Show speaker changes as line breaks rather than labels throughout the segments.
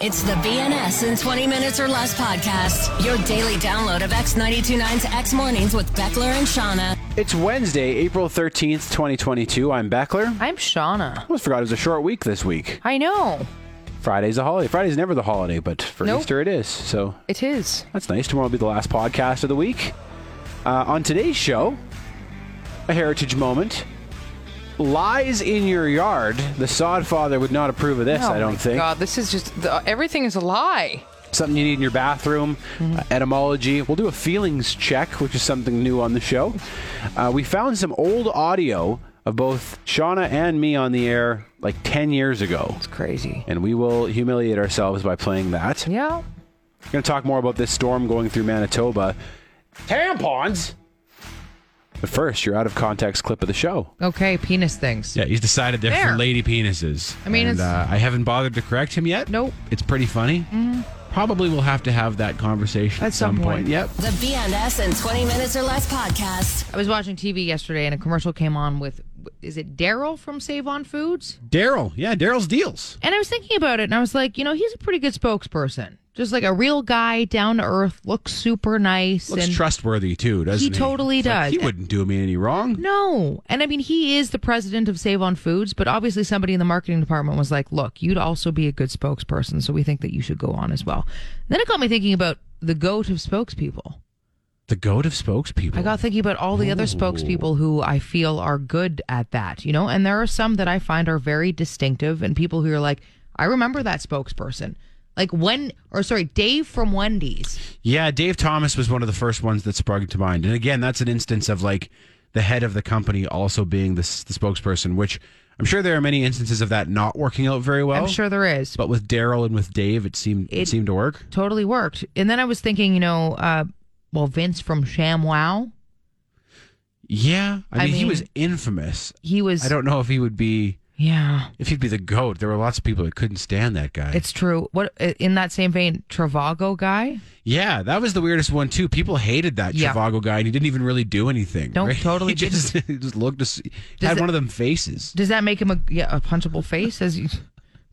It's the BNS in 20 Minutes or Less podcast, your daily download of X929's X Mornings with Beckler and Shauna.
It's Wednesday, April 13th, 2022. I'm Beckler.
I'm Shauna.
Almost forgot it was a short week this week.
I know.
Friday's a holiday. Friday's never the holiday, but for
Nope.
Easter it is. So
It is.
that's nice. Tomorrow will be the last podcast of the week. Uh, on today's show, a heritage moment. Lies in your yard. The sod father would not approve of this, I don't
Oh my
think.
God, this is just the, everything is a lie.
Something you need in your bathroom, uh,
Mm-hmm.
etymology. We'll do a feelings check, which is something new on the show. Uh, we found some old audio of both Shauna and me on the air like 10 years ago.
It's crazy.
and we will humiliate ourselves by playing that.
Yeah.
We're going to talk more about this storm going through Manitoba. Tampons? But first, your out of context clip of the show.
Okay. Penis things.
Yeah, he's decided they're
There.
for lady penises.
I mean,
And,
it's-
uh, I haven't bothered to correct him yet.
Nope.
It's pretty funny.
Mm-hmm.
Probably we'll have to have that conversation at,
some point.
Yep.
The BNS in 20 Minutes or Less podcast.
I was watching TV yesterday and a commercial came on with, is it Daryl from Save On Foods?
Daryl. Yeah, Daryl's deals.
And I was thinking about it and I was like, you know, he's a pretty good spokesperson. Just like a real guy, down to earth, looks super nice.
Looks
and
trustworthy too, doesn't he?
totally
It's like,
does.
he wouldn't do me any wrong.
No. And I mean, he is the president of Save On Foods, but obviously somebody in the marketing department was like, look, you'd also be a good spokesperson, so we think that you should go on as well. Then it got me thinking about the goat of spokespeople.
The goat of spokespeople.
I got thinking about all the other spokespeople who I feel are good at that, you know? And there are some that I find are very distinctive and people who are like, I remember that spokesperson. Like when, or sorry, Dave from Wendy's.
yeah, Dave Thomas was one of the first ones that sprung to mind. And again, that's an instance of like the head of the company also being the, s- the spokesperson, which I'm sure there are many instances of that not working out very well.
I'm sure there is.
But with Daryl and with Dave, it seemed it,
It-
seemed to work.
totally worked. And then I was thinking, you know, uh, well, Vince from Sham Wow,
Yeah, I mean,
I
he was
mean-
infamous.
he was.
I don't know if he would be
Yeah,
if he'd be the goat. There were lots of people that couldn't stand that guy.
it's true. What in that same vein, Travago guy?
yeah, that was the weirdest one too. People hated that
Yeah.
Trivago guy, and he didn't even really do anything.
Nope,
right?
totally
He just, he just looked to see,
Does
had
it-
one of them faces.
Does that make him a yeah, a punchable face? As you,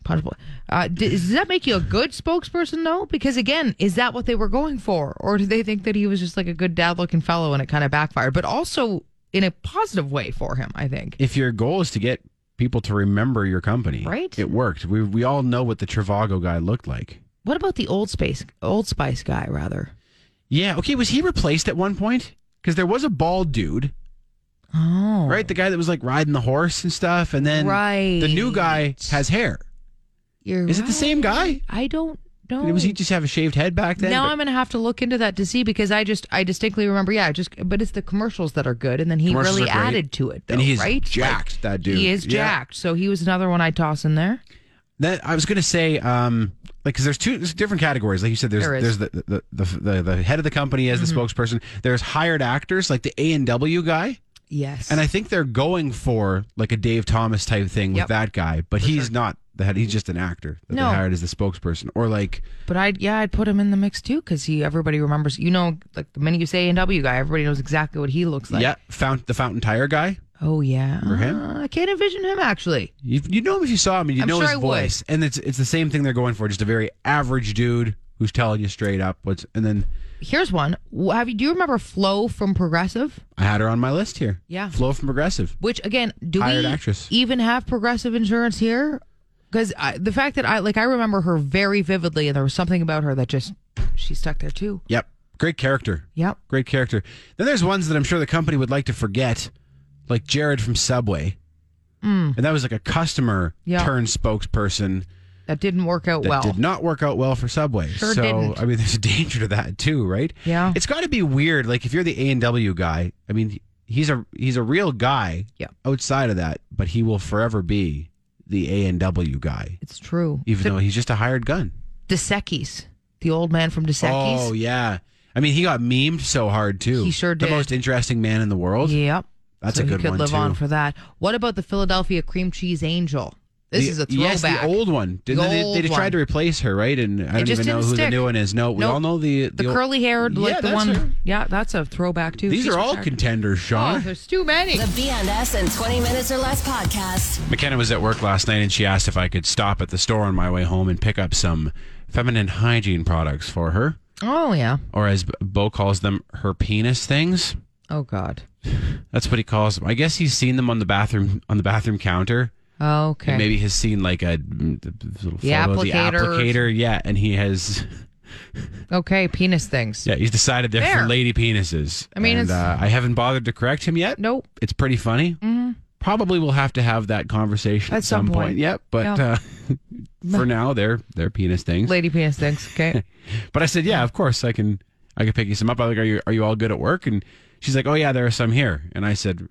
punchable. Uh, d- does that make you a good spokesperson though? Because again, is that what they were going for, or do they think that he was just like a good dad-looking fellow and it kind of backfired? But also in a positive way for him, I think.
If your goal is to get people to remember your company,
Right?
It worked. We we all know what the Trivago guy looked like.
What about the old space, old Spice guy rather?
Yeah. Okay. Was he replaced at one point? Because there was a bald dude,
Oh,
right? The guy that was like riding the horse and stuff, and then the new guy
Right.
has hair.
You're
Is it the same guy?
right. I don't know.
Was he just have a shaved head back then?
now
But
Oh. I'm gonna have to look into that to see because I just I distinctly remember yeah I just but it's the commercials that are good and then he
Commercials
really
are great.
added to it though,
And he's
right
jacked, that dude.
he is
Yeah.
jacked so he was another one I toss in there
that I was gonna say, um, like, because there's two there's different categories. Like you said, there's
There is. Mm-hmm.
there's the the, the the the head of the company as the spokesperson. There's hired actors like the A and W guy,
yes
and I think they're going for like a Dave Thomas type thing
Yep.
with that guy, but he's not the head. He's just an actor that
No.
they hired as the spokesperson, or like
but I yeah I'd put him in the mix too because he everybody remembers you know like the minute you say A and W guy everybody knows exactly what he looks like
yeah, Fount the Fountain Tire guy.
oh yeah
him?
Uh, I can't envision him actually
You you know him if you saw him, and you
I'm
know
sure
his
I would.
voice, and it's it's the same thing they're going for. Just a very average dude who's telling you straight up what's, and then.
here's one Wh- have you do you remember Flo from Progressive
I had her on my list here.
Yeah.
Flo from Progressive.
Which again, do
Hired
we
actress.
even have progressive insurance here? Because the fact that I like I remember her very vividly, and there was something about her that just she stuck there too.
Yep. Great character.
Yep.
Great character. Then there's ones that I'm sure the company would like to forget, like Jared from Subway. And that was like a customer
Hmm. Yeah.
turned spokesperson
That didn't work out
that
well.
did not work out well for Subway.
Sure
so
didn't. Oh.
I mean there's a danger to that too, right?
Yeah.
It's gotta be weird. Like if you're the A and W guy, I mean he's a he's a real guy
Yeah.
outside of that, but he will forever be the A and W guy.
It's true.
Even though he's just a hired gun.
DeSecchi's, the old man from DeSecchi's.
Oh yeah. I mean, he got memed so hard too.
He sure did.
The most interesting man in the world.
Yep.
That's
so
a good
he could
one
live
too.
on for that. What about the Philadelphia cream cheese angel? This
The-
is a throwback.
Yes, the old one. Didn't
The
they,
old
they tried
one.
to replace her, right? And I don't
just
even know
didn't
who the
stick.
new one is. No, we
Nope.
all know the
the,
old-
curly haired, like
Yeah,
the
that's
one.
her.
Yeah, that's a throwback too.
These
She's
are all
retired.
contenders,
Oh,
Sean.
there's too many.
The BNS in 20 Minutes or Less podcast.
McKenna was at work last night and she asked if I could stop at the store on my way home and pick up some feminine hygiene products for her,
Oh yeah.
or as Bo calls them, her penis things.
Oh god.
That's what he calls them. I guess he's seen them on the bathroom on the bathroom counter.
Okay.
And maybe has seen like a mm, the- the little
The
photo of the
applicator.
applicator. Yeah, and he has
Okay. Penis things.
yeah he's decided they're
Fair.
for lady penises.
I mean,
And,
it's-
uh, I haven't bothered to correct him yet.
Nope.
it's pretty funny. Probably we'll have to have that conversation
Mm-hmm. At
at,
some
some,
point.
Yep, but
Yeah.
Uh, for now they're they're penis things.
Lady penis things. Okay.
But I said, yeah, of course I can. I can pick you some up. I was like, are you are you all good at work? And she's like, oh yeah, there are some here. And I said,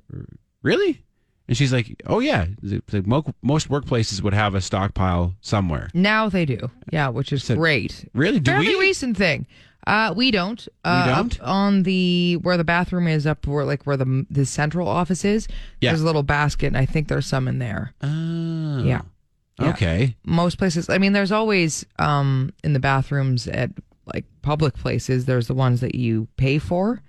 really? And she's like, oh yeah. It's like, mo- most workplaces would have a stockpile somewhere.
now they do. Yeah, which is
Said-
great.
Really? Do
Fairly
we?
recent thing. Uh, we don't. Uh,
don't?
Up on the where the bathroom is up where like where the the central office is.
Yeah.
There's a little basket, and I think there's some in there.
Oh.
Yeah. Yeah.
Okay.
most places i mean there's always um in the bathrooms at like public places there's the ones that you pay for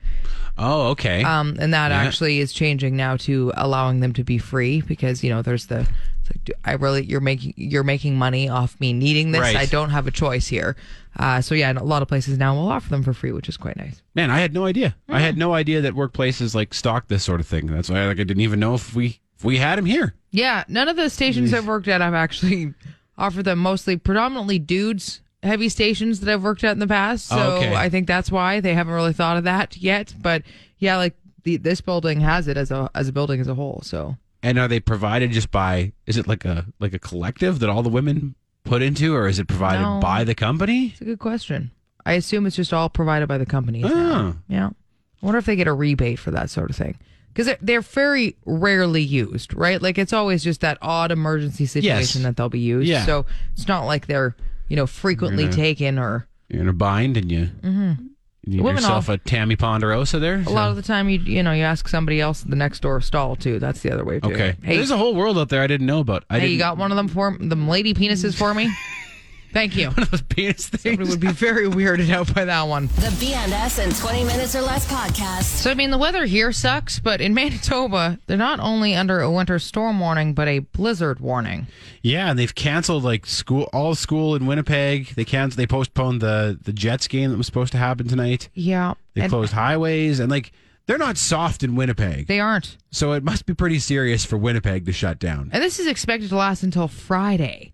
Oh, okay.
um and that actually is changing now to allowing them to be free because you know there's the it's like do- i really you're making you're making money off me needing this
Right.
i don't have a choice here uh so yeah and a lot of places now will offer them for free which is quite nice
Man, I had no idea. I
Mm.
had no idea that workplaces like stock this sort of thing. That's why like I didn't even know if we if we had them here.
yeah none of the stations i've worked at i've actually offered them mostly predominantly dudes heavy stations that i've worked at in the past so
Oh, Okay.
i think that's why they haven't really thought of that yet but yeah like the, this building has it as a as a building as a whole so
And are they provided just by? Is it like a like a collective that all the women put into, or is it provided
No.
by the company?
It's a good question. I assume it's just all provided by the companies.
Oh.
now. Yeah. I wonder if they get a rebate for that sort of thing. Because they're, they're very rarely used, right? Like it's always just that odd emergency situation that they'll be used.
Yeah.
So it's not like they're, you know, frequently taken or
You're in a bind, and you you need
Mm-hmm. Women
yourself a Tammy Ponderosa there.
a lot of the time you, you know, you ask somebody else at the next door stall too. That's the other way of doing
okay.
it. Hey,
There's a whole world out there I didn't know about. I
hey
didn't,
you got one of them for them lady penises for me? Thank you.
those penis
Somebody
things.
would be very weirded out by that one.
The BNS in 20 Minutes or Less podcast.
So, I mean, the weather here sucks, but in Manitoba, they're not only under a winter storm warning, but a blizzard warning.
Yeah, and they've canceled like school, all school in Winnipeg. They canceled, they postponed the the Jets game that was supposed to happen tonight.
Yeah.
They
and
closed highways, and like they're not soft in Winnipeg.
they aren't.
So it must be pretty serious for Winnipeg to shut down.
And this is expected to last until Friday.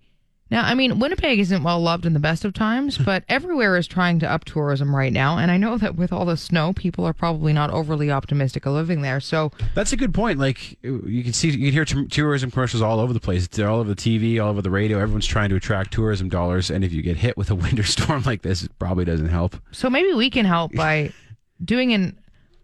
Now, I mean, Winnipeg isn't well loved in the best of times, but everywhere is trying to up tourism right now. And I know that with all the snow, people are probably not overly optimistic of living there. So,
That's a good point. Like you can see, you can hear t- tourism commercials all over the place. They're all over the TV, all over the radio. Everyone's trying to attract tourism dollars, and if you get hit with a winter storm like this, it probably doesn't help.
so maybe we can help by doing an,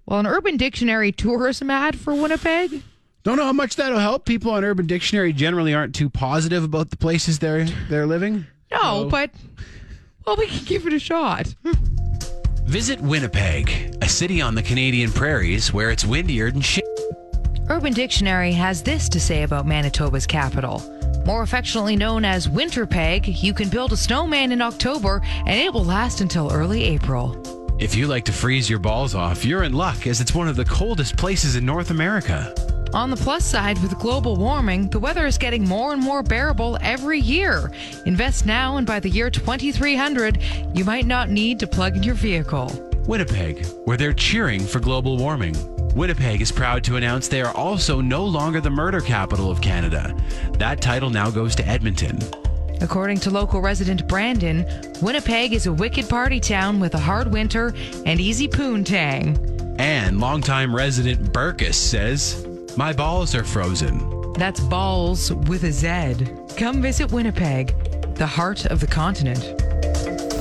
well, an Urban Dictionary tourism ad for Winnipeg.
Don't know how much that'll help. People on Urban Dictionary generally aren't too positive about the places they're they're living.
No, but, well, we can give it a shot.
Visit Winnipeg, a city on the Canadian prairies where it's windier than shit.
Urban Dictionary has this to say about Manitoba's capital. More affectionately known as Winterpeg, you can build a snowman in October and it will last until early April.
If you like to freeze your balls off, you're in luck as it's one of the coldest places in North America.
On the plus side, with global warming, the weather is getting more and more bearable every year. Invest now, and by the year 2300, you might not need to plug in your vehicle.
Winnipeg, where they're cheering for global warming. Winnipeg is proud to announce they are also no longer the murder capital of Canada. That title now goes to Edmonton.
According to local resident Brandon, Winnipeg is a wicked party town with a hard winter and easy poontang.
And longtime resident Burkus says, My balls are frozen.
That's balls with a Z. Come visit Winnipeg, the heart of the continent.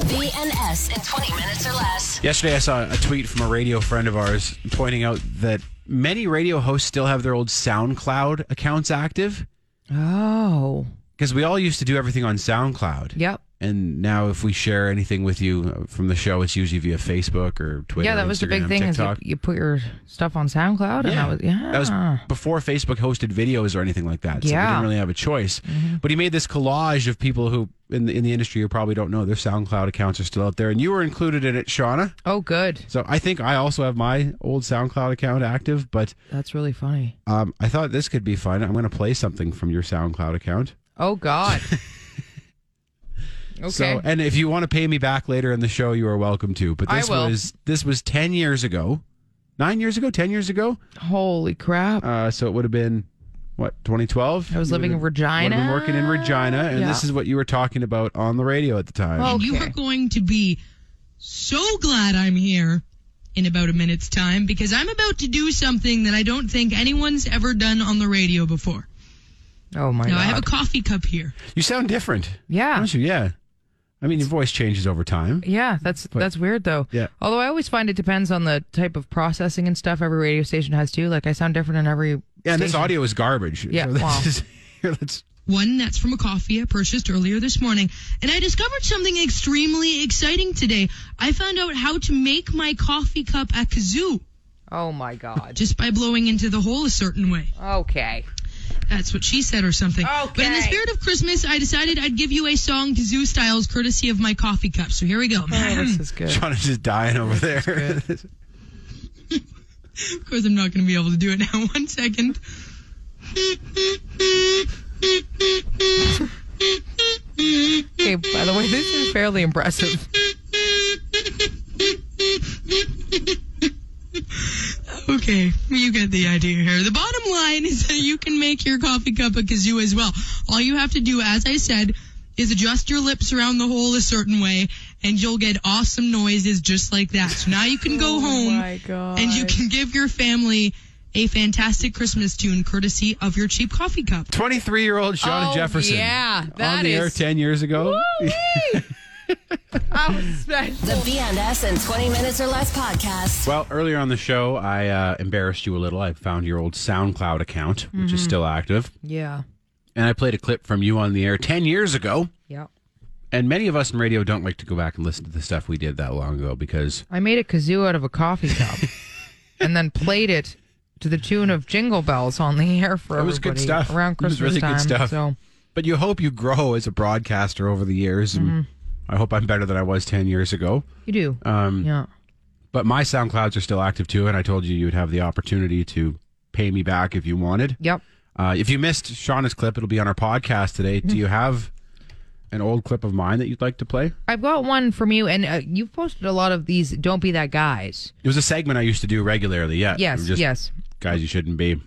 BNS in 20 Minutes or Less.
Yesterday, I saw a tweet from a radio friend of ours pointing out that many radio hosts still have their old SoundCloud accounts active
Oh,
because we all used to do everything on SoundCloud.
yep.
And now, if we share anything with you uh, from the show, it's usually via Facebook or Twitter.
yeah, that was the big
Instagram,
thing is you,
TikTok.
you put your stuff on SoundCloud, and that was yeah,
That was before Facebook hosted videos or anything like that. So we
Yeah. Mm-hmm.
didn't really have a choice. But he made this collage of people who in the, in the industry you probably don't know. Their SoundCloud accounts are still out there. And you were included in it, Shauna.
oh good.
So I think I also have my old SoundCloud account active. But
That's really funny.
um, I thought this could be fun. I'm going to play something from your SoundCloud account.
Oh God. okay.
So, eh, and if you want to pay me back later in the show, you are welcome to. But
I
this
will.
was this was ten years ago, nine years ago, ten years ago.
Holy crap.
Uh, so it would have been what 2012.
I was
You
living in
would've- would've
Regina.
been working in Regina, and
Yeah.
this is what you were talking about on the radio at the time.
Well,
You
Okay.
are going to be so glad I'm here in about a minute's time because I'm about to do something that I don't think anyone's ever done on the radio before.
oh my
Now, I
God.
have a coffee cup here.
you sound different,
yeah.
don't you? Yeah, I mean your voice changes over time.
Yeah, that's that's weird though.
Yeah.
Although I always find it depends on the type of processing and stuff every radio station has too. Like I sound different in every.
Yeah, and this
station.
audio is garbage.
Yeah,
so this
wow.
is- here, let's-
One that's from a coffee I purchased earlier this morning. And I discovered something extremely exciting today. I found out how to make my coffee cup a kazoo
Oh my god.
just by blowing into the hole a certain way.
okay.
That's what she said or something.
Okay.
But in the spirit of Christmas, I decided I'd give you a song to Zoo Styles courtesy of my coffee cup. So here we go.
Oh, this is good.
Shauna's just dying over there.
Of course, I'm not going to be able to do it now. One second.
Okay. By the way, this is fairly impressive.
Okay, you get the idea here. The bottom line is that you can make your coffee cup a kazoo as well. All you have to do, as I said, is adjust your lips around the hole a certain way, and you'll get awesome noises just like that. So now you can go home
my God.
and you can give your family a fantastic Christmas tune courtesy of your cheap coffee cup.
23 year old Shauna
Oh,
Jefferson.
yeah,
on
that
the air
is-
10 years ago.
That was special.
The BNS in 20 Minutes or Less podcast.
Well, earlier on the show, I uh, embarrassed you a little. I found your old SoundCloud account, which is still active,
Yeah.
and I played a clip from you on the air 10 years ago.
Yeah.
And many of us in radio don't like to go back and listen to the stuff we did that long ago because
I made a kazoo out of a coffee cup, and then played it to the tune of Jingle Bells on the air for
It was good
everybody
stuff.
around
It was
Christmas
really good
time.
stuff.
So
but you hope you grow as a broadcaster over the years. And I hope I'm better than I was 10 years ago.
you do. Um. Yeah.
But my SoundClouds are still active too, and I told you you'd have the opportunity to pay me back if you wanted.
Yep.
Uh, if you missed Shauna's clip, it'll be on our podcast today. Do you have an old clip of mine that you'd like to play?
I've got one from you, and uh, you've posted a lot of these. Don't be that guys.
It was a segment I used to do regularly. Yeah.
Yes,
Just,
yes. Mm,
Guys, you shouldn't be.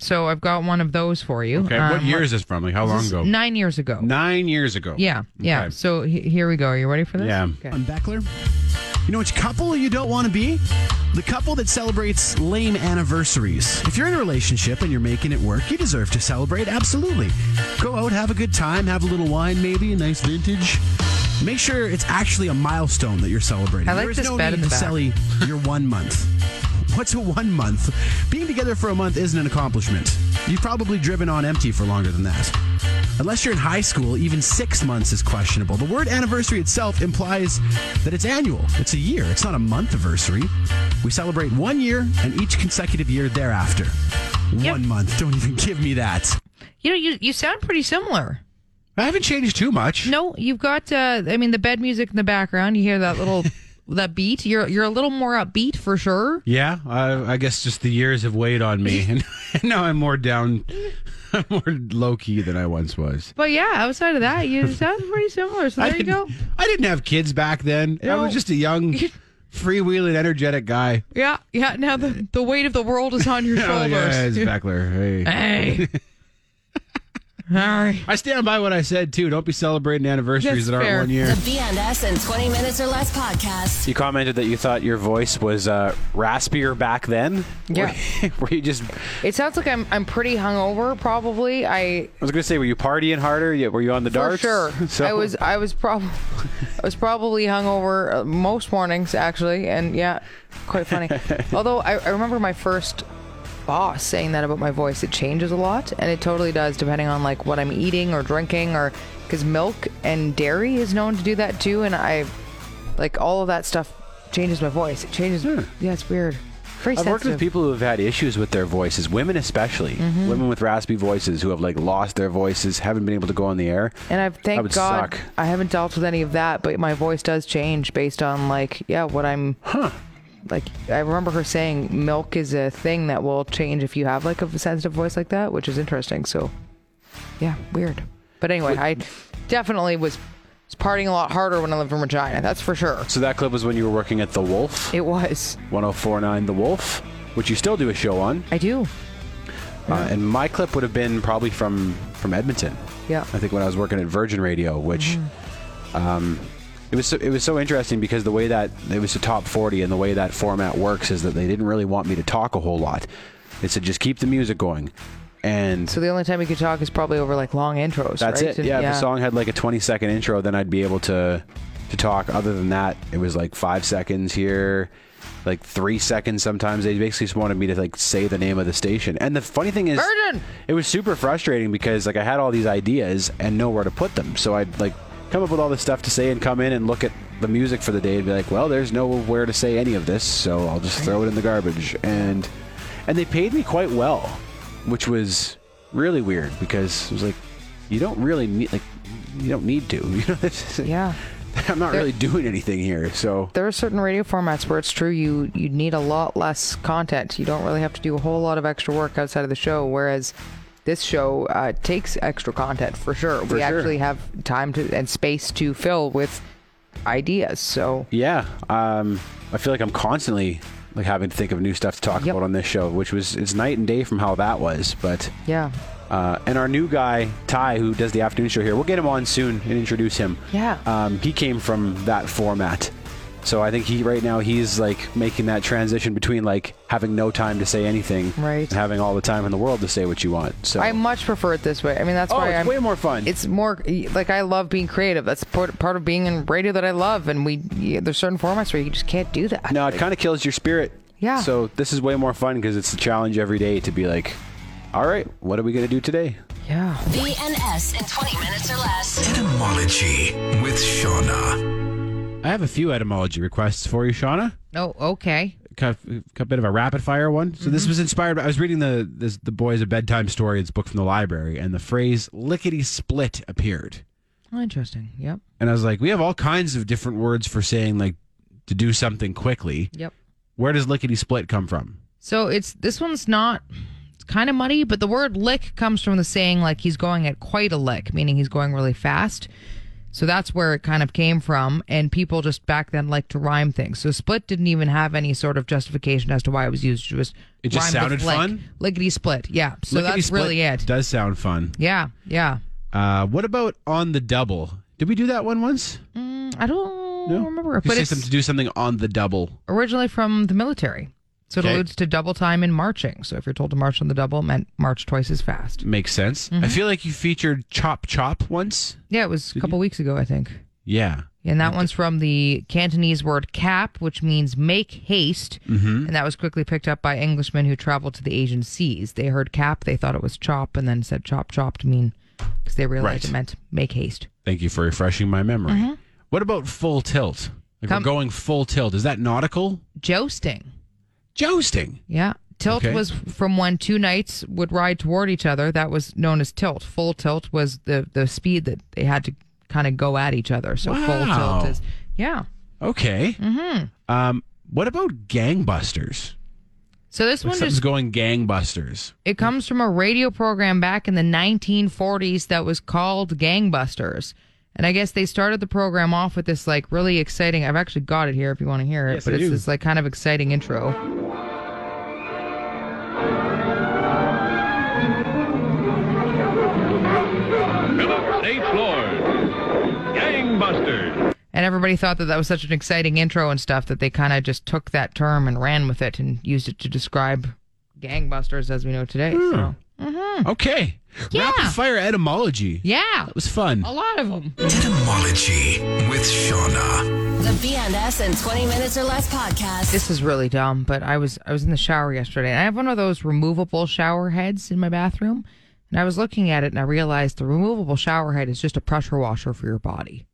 So I've got one of those for you.
Okay. what
Um,
year is this from? Like how long ago?
Nine years ago.
Nine years ago.
Yeah, yeah.
Okay.
So he- here we go. Are you ready for this?
Yeah.
Okay.
Beckler. You know which couple you don't want to be? The couple that celebrates lame anniversaries. If you're in a relationship and you're making it work, you deserve to celebrate, absolutely. Go out, have a good time, have a little wine, maybe, a nice vintage. Make sure it's actually a milestone that you're celebrating.
I like
there is
this
no
bed
need
in the
to
back.
celebrate your one month. What's a one month? Being together for a month isn't an accomplishment. You've probably driven on empty for longer than that. Unless you're in high school, even six months is questionable. The word anniversary itself implies that it's annual, it's a year, it's not a month anniversary. We celebrate one year and each consecutive year thereafter. One month, don't even give me that.
You know, you you sound pretty similar.
I haven't changed too much.
No, you've got. Uh, I mean, the bed music in the background. You hear that little that beat. You're you're a little more upbeat for sure.
Yeah, I, I guess just the years have weighed on me, and now I'm more down, I'm more low key than I once was.
But yeah, outside of that, you sound pretty similar. So
I
there you go.
didn't- I didn't have kids back then. I
No.
was just a young, freewheeling, energetic guy.
Yeah, yeah. Now the the weight of the world is on your
Oh, yeah, it's
shoulders.
Beckler. Hey.
hey. All right.
I stand by what I said too. Don't be celebrating anniversaries
That's
that aren't
fair.
one
The
year.
BNS in 20 Minutes or Less podcast.
You commented that you thought your voice was uh, raspier back then.
Yeah.
Were, were you just?
It sounds like I'm I'm pretty hungover. Probably I
I was gonna say, were you partying harder? Yeah, Were you on the
For
darts?
sure.
So-
I was I was probably I was probably hungover uh, most mornings actually, and yeah, quite funny. Although I, I remember my first boss saying that about my voice. It changes a lot, and it totally does depending on like what I'm eating or drinking, or because milk and dairy is known to do that too. And I, like all of that stuff, changes my voice. It changes. Yeah, it's weird. Very
Hmm. I've worked with
sensitive.
people who have had issues with their voices, women especially,
Mm-hmm.
women with raspy voices who have like lost their voices, haven't been able to go on the air.
And I've thank
would
God
suck.
I haven't dealt with any of that, but my voice does change based on like yeah what I'm. Huh. Like I remember her saying, milk is a thing that will change if you have like a sensitive voice like that, which is interesting. So, yeah, weird. But anyway, I definitely was, was partying a lot harder when I lived in Regina. That's for sure.
So that clip was when you were working at The Wolf,
It was.
1049 The Wolf, which you still do a show on.
I do. Uh-huh.
Uh, and my clip would have been probably from from Edmonton.
Yeah.
I think when I was working at Virgin Radio, which um,
Mm-hmm.
it was so, it was so interesting because the way that it was the top forty and the way that format works is that they didn't really want me to talk a whole lot. They said just keep the music going, and
So the only time you could talk is probably over like long intros.
that's
right?
it.
And-
Yeah, if a song had like a twenty second intro, then I'd be able to to talk. Other than that, it was like five seconds here. Like three seconds sometimes. They basically just wanted me to like say the name of the station. And the funny thing is
Virgin!
it was super frustrating because like I had all these ideas and nowhere to put them. So I'd like come up with all this stuff to say and come in and look at the music for the day and be like, well, there's nowhere to say any of this, so I'll just throw it in the garbage. And and they paid me quite well, which was really weird because it was like you don't really need like you don't need to. You know, this is-
Yeah.
I'm not really doing anything here. So
there are certain radio formats where it's true you you need a lot less content. You don't really have to do a whole lot of extra work outside of the show, whereas this show uh, takes extra content for sure. we
sure.
actually have time to and space to fill with ideas. So
Yeah, um, I feel like I'm constantly like having to think of new stuff to talk
Yep.
about on this show, which was it's night and day from how that was. But
yeah,
uh, and our new guy Ty, who does the afternoon show here, we'll get him on soon and introduce him.
Yeah.
um, he came from that format, so I think he right now he's like making that transition between like having no time to say anything,
Right.
and having all the time in the world to say what you want. So
I much prefer it this way. I mean, that's
oh,
why
it's
I'm
way more fun.
it's more like I love being creative. That's part, part of being in radio that I love, and we yeah, there's certain formats where you just can't do that.
No, it kind of kills your spirit.
Yeah.
So this is way more fun because it's the challenge every day to be like, all right, what are we going to do today?
Yeah.
BNS in 20 minutes or less.
Etymology with Shauna.
I have a few etymology requests for you, Shauna.
No. Oh, Okay.
kind of, a bit of a rapid fire one. So
Mm-hmm.
this was inspired by I was reading the this, the boys a bedtime story. It's a book from the library, and the phrase "lickety split" appeared,
Interesting. Yep.
and I was like, we have all kinds of different words for saying like to do something quickly.
Yep.
Where does lickety split come from?
So it's this one's not it's kind of muddy, but the word lick comes from the saying like he's going at quite a lick, meaning he's going really fast. So that's where it kind of came from, and people just back then liked to rhyme things. So split didn't even have any sort of justification as to why it was used. It was
It just
rhymed with
sounded
lick.
fun?
Lickety split, yeah. So
Lickety
that's
split
really it.
Does sound fun.
Yeah, yeah.
Uh, what about on the double? Did we do that one once?
Mm, I don't remember,
You
but
say
it's
something to do something on the double.
originally from the military. So it
Okay.
alludes to double time in marching. So if you're told to march on the double, it meant march twice as fast.
Makes sense.
Mm-hmm.
I feel like you featured chop chop once.
Yeah, it was a couple weeks ago, I think.
Yeah.
And that one's from the Cantonese word cap, which means make haste. Mm-hmm. And that was quickly picked up by Englishmen who traveled to the Asian seas. They heard cap, they thought it was chop, and then said chop, chop to mean, because they
Right.
realized it meant make haste.
Thank you for refreshing my memory.
Mm-hmm.
What about full tilt? Like
Come-
we're going full tilt. Is that nautical?
Jousting.
Jousting.
Yeah. Tilt
Okay.
was from when two knights would ride toward each other. That was known as tilt. Full tilt was the, the speed that they had to kind of go at each other. So full
Wow.
tilt is, yeah.
Okay. Mm-hmm. Um, what about gangbusters?
So this
Like
one
something's
just
going gangbusters.
It comes from a radio program back in the 1940s that was called Gangbusters. And I guess they started the program off with this like really exciting. I've actually got it here if you want to hear it, but
I
it's
do.
this like kind of exciting intro.
Phillips A. Floyd. Gangbusters.
And everybody thought that that was such an exciting intro and stuff that they kind of just took that term and ran with it and used it to describe gangbusters as we know today.
Hmm.
So,
Okay.
Hmm. Yeah.
Rapid fire etymology.
yeah,
It was fun.
a lot of them.
Etymology with Shauna.
The the BNS in 20 Minutes or Less podcast.
This is really dumb, but I was I was in the shower yesterday and I have one of those removable shower heads in my bathroom. And I was looking at it and I realized the removable shower head is just a pressure washer for your body.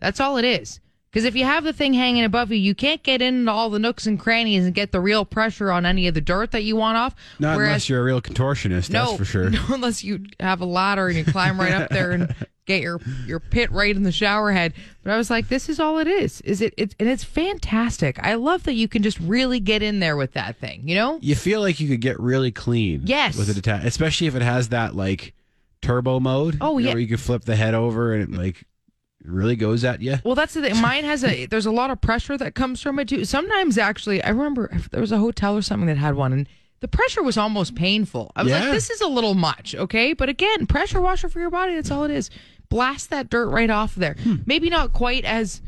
That's all it is. Because if you have the thing hanging above you, you can't get into all the nooks and crannies and get the real pressure on any of the dirt that you want off.
Not
Whereas-
unless you're a real contortionist,
no,
that's for sure.
no, unless you have a ladder and you climb right up there and get your your pit right in the shower head. But I was like, this is all it is. Is it? it and it's fantastic. I love that you can just really get in there with that thing. You know?
You feel like you could get really clean.
Yes.
With a detach, especially if it has that like turbo mode.
Oh,
you know,
yeah.
Where you can flip the head over and it like really goes at you.
Well, that's the thing. Mine has a there's a lot of pressure that comes from it too. Sometimes actually, I remember if there was a hotel or something that had one and. The pressure was almost painful. I was like,
Yeah.
this is a little much, okay? But again, pressure washer for your body, that's all it is. Blast that dirt right off there.
Hmm.
Maybe not quite as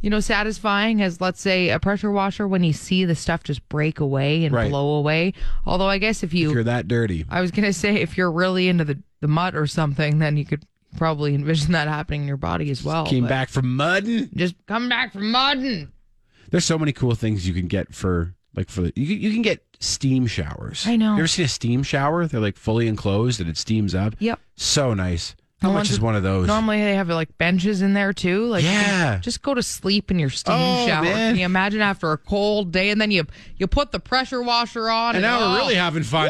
you know, satisfying as let's say a pressure washer when you see the stuff just break away and
Right.
blow away. Although I guess if you,
If you're that dirty.
I was gonna say if you're really into the the mud or something, then you could probably envision that happening in your body as well.
Came
but
back from mudding.
just come back from mudding.
There's so many cool things you can get for like for the, you can- you can get steam showers.
I know.
You ever seen a steam shower? They're like fully enclosed and it steams up.
Yep.
So nice. How
The
much
ones
is
with-
one of those?
Normally they have like benches in there too. Like you can
Oh, Yeah.
just go to sleep in your steam
Oh,
shower.
man.
Can you imagine after a cold day and then you you put the pressure washer on
and now
oh.
we're really having fun.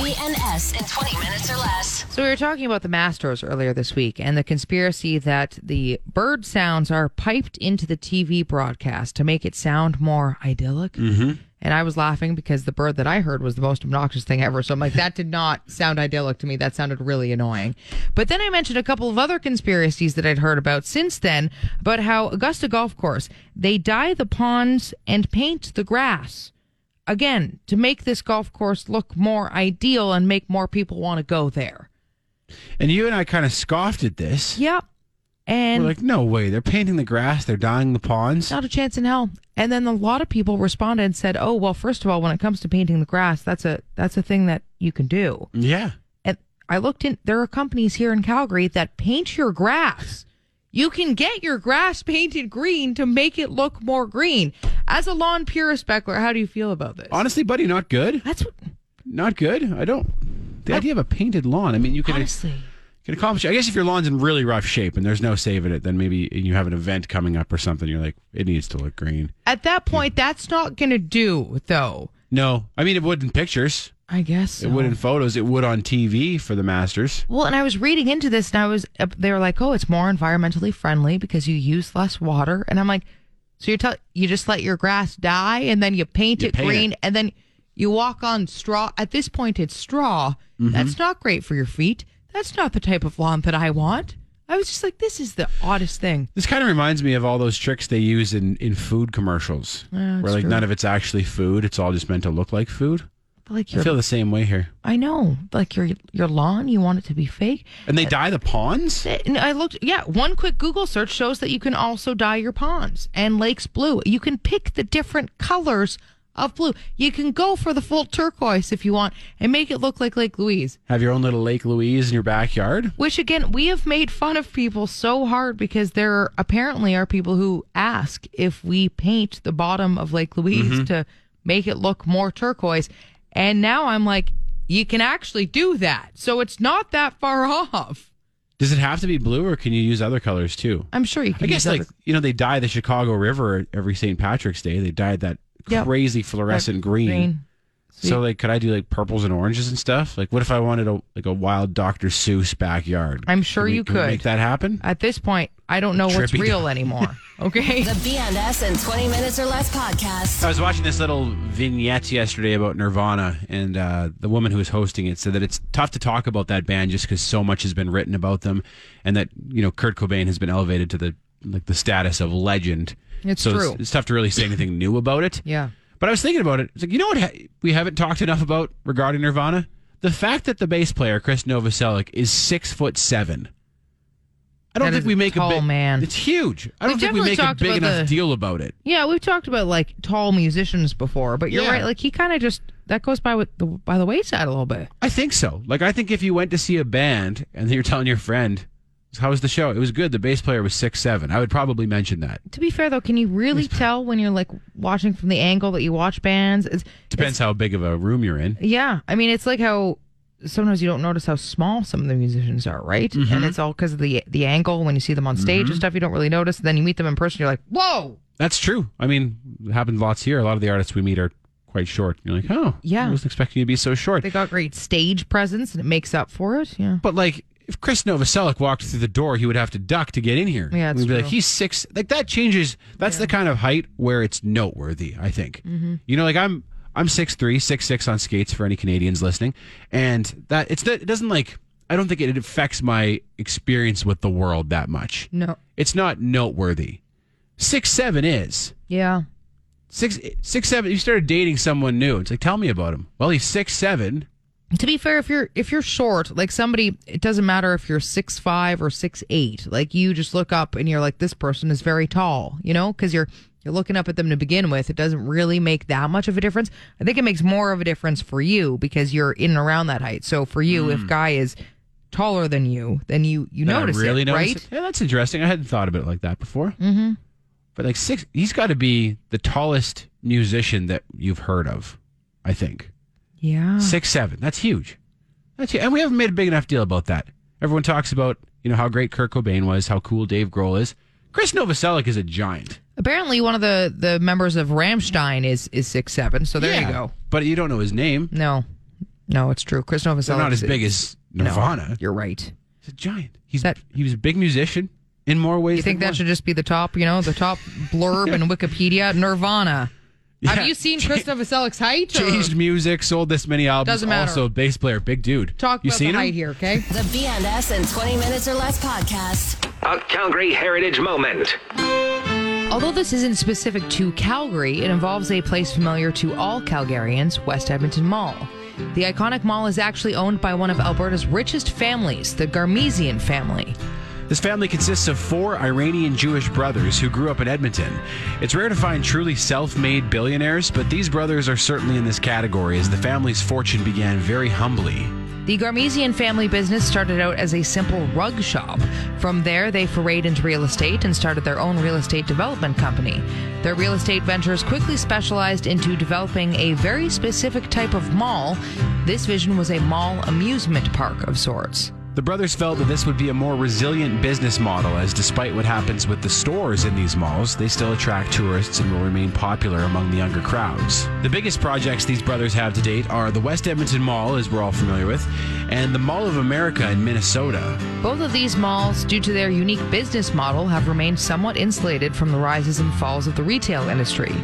BNS in 20 Minutes or Less.
So we were talking about the Masters earlier this week and the conspiracy that the bird sounds are piped into the TV broadcast to make it sound more idyllic. Mm-hmm. And I was laughing because the bird that I heard was the most obnoxious thing ever. So I'm like, that did not sound idyllic to me. That sounded really annoying. But then I mentioned a couple of other conspiracies that I'd heard about since then about how Augusta Golf Course, they dye the ponds and paint the grass again to make this golf course look more ideal and make more people want to go there.
And you and I kind of scoffed at this.
Yep. And
We're like, no way. They're painting the grass. They're dyeing the ponds.
not a chance in hell. And then a lot of people responded and said, "Oh, well, first of all, when it comes to painting the grass, that's a that's a thing that you can do."
Yeah.
And I looked in there are companies here in Calgary that paint your grass. You can get your grass painted green to make it look more green. As a lawn purist, Beckler, how do you feel about this?
Honestly, buddy, not good.
That's what,
Not good. I don't. The idea of a painted lawn. I mean, you can,
honestly.
can accomplish. I guess if your lawn's in really rough shape and there's no saving it, then maybe you have an event coming up or something. You're like, it needs to look green.
At that point, that's not going to do though.
No, I mean it would in pictures.
I guess so.
It would in photos. It would on TV for the Masters.
Well, and I was reading into this, and I was uh, they were like, "Oh, it's more environmentally friendly because you use less water." And I'm like, "So you're tell you just let your grass die, and then you paint
You
it
paint
green,
it.
and then you walk on straw. At this point, it's straw.
Mm-hmm.
That's not great for your feet. That's not the type of lawn that I want." I was just like, "This is the oddest thing."
This kind of reminds me of all those tricks they use in, in food commercials,
Yeah,
where
it's
like
true.
none of it's actually food; it's all just meant to look like food.
But like
I
your,
feel the same way here.
I know, like your your lawn, you want it to be fake.
And they dye the ponds.
And I looked, yeah, one quick Google search shows that you can also dye your ponds and lakes blue. You can pick the different colors of blue. You can go for the full turquoise if you want and make it look like Lake Louise,
Have your own little Lake Louise in your backyard.
which again, we have made fun of people so hard because there apparently are people who ask if we paint the bottom of Lake Louise
Mm-hmm.
to make it look more turquoise. And now I'm like, you can actually do that. So it's not that far off.
Does it have to be blue, or can you use other colors too?
I'm sure you can
I
use
guess
other-
like you know they dye the Chicago River every St. Patrick's Day. They dyed that
Yep.
crazy fluorescent green. So like, could I do like purples and oranges and stuff? Like, what if I wanted a like a wild Dr. Seuss backyard?
I'm sure
Can we-
you
can we
could.
make that happen.
At this point, I don't know what's
Trippy.
real anymore. Okay.
The BNS in 20 Minutes or Less podcast.
I was watching this little vignette yesterday about Nirvana, and uh, the woman who was hosting it said that it's tough to talk about that band just because so much has been written about them, and that you know Kurt Cobain has been elevated to the like the status of legend.
It's
so
true.
It's, it's tough to really say anything new about it.
Yeah.
But I was thinking about it. It's like you know what ha- we haven't talked enough about regarding Nirvana: the fact that the bass player Chris Novoselic is six foot seven. I don't
That
think
is
we
a
make
tall
a big
man.
It's huge. I
We've
don't think we
definitely
make a
talked
big
about
enough
the-
deal about it.
Yeah, we've talked about like tall musicians before, but you're
Yeah.
right. Like he kind of just that goes by with the by the wayside a little bit.
I think so. Like I think if you went to see a band and you're telling your friend, How was the show? It was good. The bass player was six seven. I would probably mention that.
To be fair though, can you really tell when you're like watching from the angle that you watch bands? It's,
Depends how big of a room you're in.
yeah, I mean it's like how sometimes you don't notice how small some of the musicians are, right? And it's all because of the the angle when you see them on stage and stuff. You don't really notice. Then you meet them in person, you're like, whoa.
That's true. I mean, it happened lots here. A lot of the artists we meet are quite short. You're like, oh,
Yeah.
I wasn't expecting you to be so short.
They got great stage presence and it makes up for it. Yeah.
But like, if Chris Novoselic walked through the door, he would have to duck to get in here.
Yeah, it's
we'd be like,
true.
he's six. Like that changes. That's the kind of height where it's noteworthy. I think.
Mm-hmm.
You know, like I'm. I'm six three, six six on skates for any Canadians listening, and that it's that it doesn't like I don't think it affects my experience with the world that much.
No.
It's not noteworthy. Six seven is
Yeah.
six six seven. You started dating someone new. It's like tell me about him. Well, he's six seven.
to be fair if you're if you're short like somebody it doesn't matter if you're six five or six eight like you just look up and you're like this person is very tall you know because you're you're looking up at them to begin with it doesn't really make that much of a difference i think it makes more of a difference for you because you're in and around that height so for you if guy is taller than you then you you
That Hmm. I
notice
really
it
notice
right
it. Yeah, that's interesting. I hadn't thought about it like that before. Mm-hmm. But like six, he's got to be the tallest musician that you've heard of. I think
yeah
six seven. That's huge. That's huge. and we haven't made a big enough deal about that. Everyone talks about you know how great Kurt Cobain was, how cool Dave Grohl is. Chris Novoselic is a giant.
apparently one of the the members of ramstein is is six seven so there
Yeah.
you go
But you don't know his name.
no no it's true chris novoselic
They're not as big as Nirvana.
you're right
He's a giant. He's
That-
he was a big musician in more ways.
You think
than
that
one.
should just be the top, you know, the top blurb in Wikipedia? Nirvana.
Yeah.
Have you seen Chris Novoselic's height? or-
changed music, sold this many albums.
uh, Doesn't matter.
Also, bass player, big dude.
Talk
you
about
seen
the
him?
height here, okay?
The BNS in 20 Minutes or Less podcast.
A Calgary Heritage Moment.
Although this isn't specific to Calgary, it involves a place familiar to all Calgarians, West Edmonton Mall. The iconic mall is actually owned by one of Alberta's richest families, the Garmesian family.
This family consists of four Iranian Jewish brothers who grew up in Edmonton. It's rare to find truly self made billionaires, but these brothers are certainly in this category as the family's fortune began very humbly.
The Garmesian family business started out as a simple rug shop. From there, they forayed into real estate and started their own real estate development company. Their real estate ventures quickly specialized into developing a very specific type of mall. This vision was a mall amusement park of sorts.
The brothers felt that this would be a more resilient business model, as despite what happens with the stores in these malls, they still attract tourists and will remain popular among the younger crowds. The biggest projects these brothers have to date are the West Edmonton Mall, as we're all familiar with, and the Mall of America in Minnesota.
Both of these malls, due to their unique business model, have remained somewhat insulated from the rises and falls of the retail industry.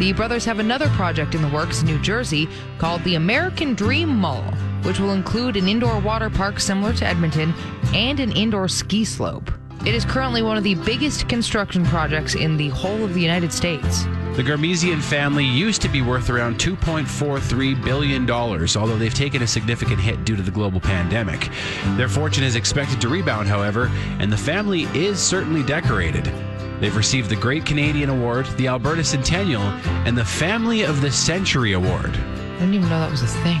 The brothers have another project in the works in New Jersey called the American Dream Mall, which will include an indoor water park similar to Edmonton and an indoor ski slope. It is currently one of the biggest construction projects in the whole of the United States.
The Garmesian family used to be worth around $2.43 billion, although they've taken a significant hit due to the global pandemic. Their fortune is expected to rebound, however, and the family is certainly decorated. They've received the Great Canadian Award, the Alberta Centennial, and the Family of the Century Award.
I didn't even know that was a thing.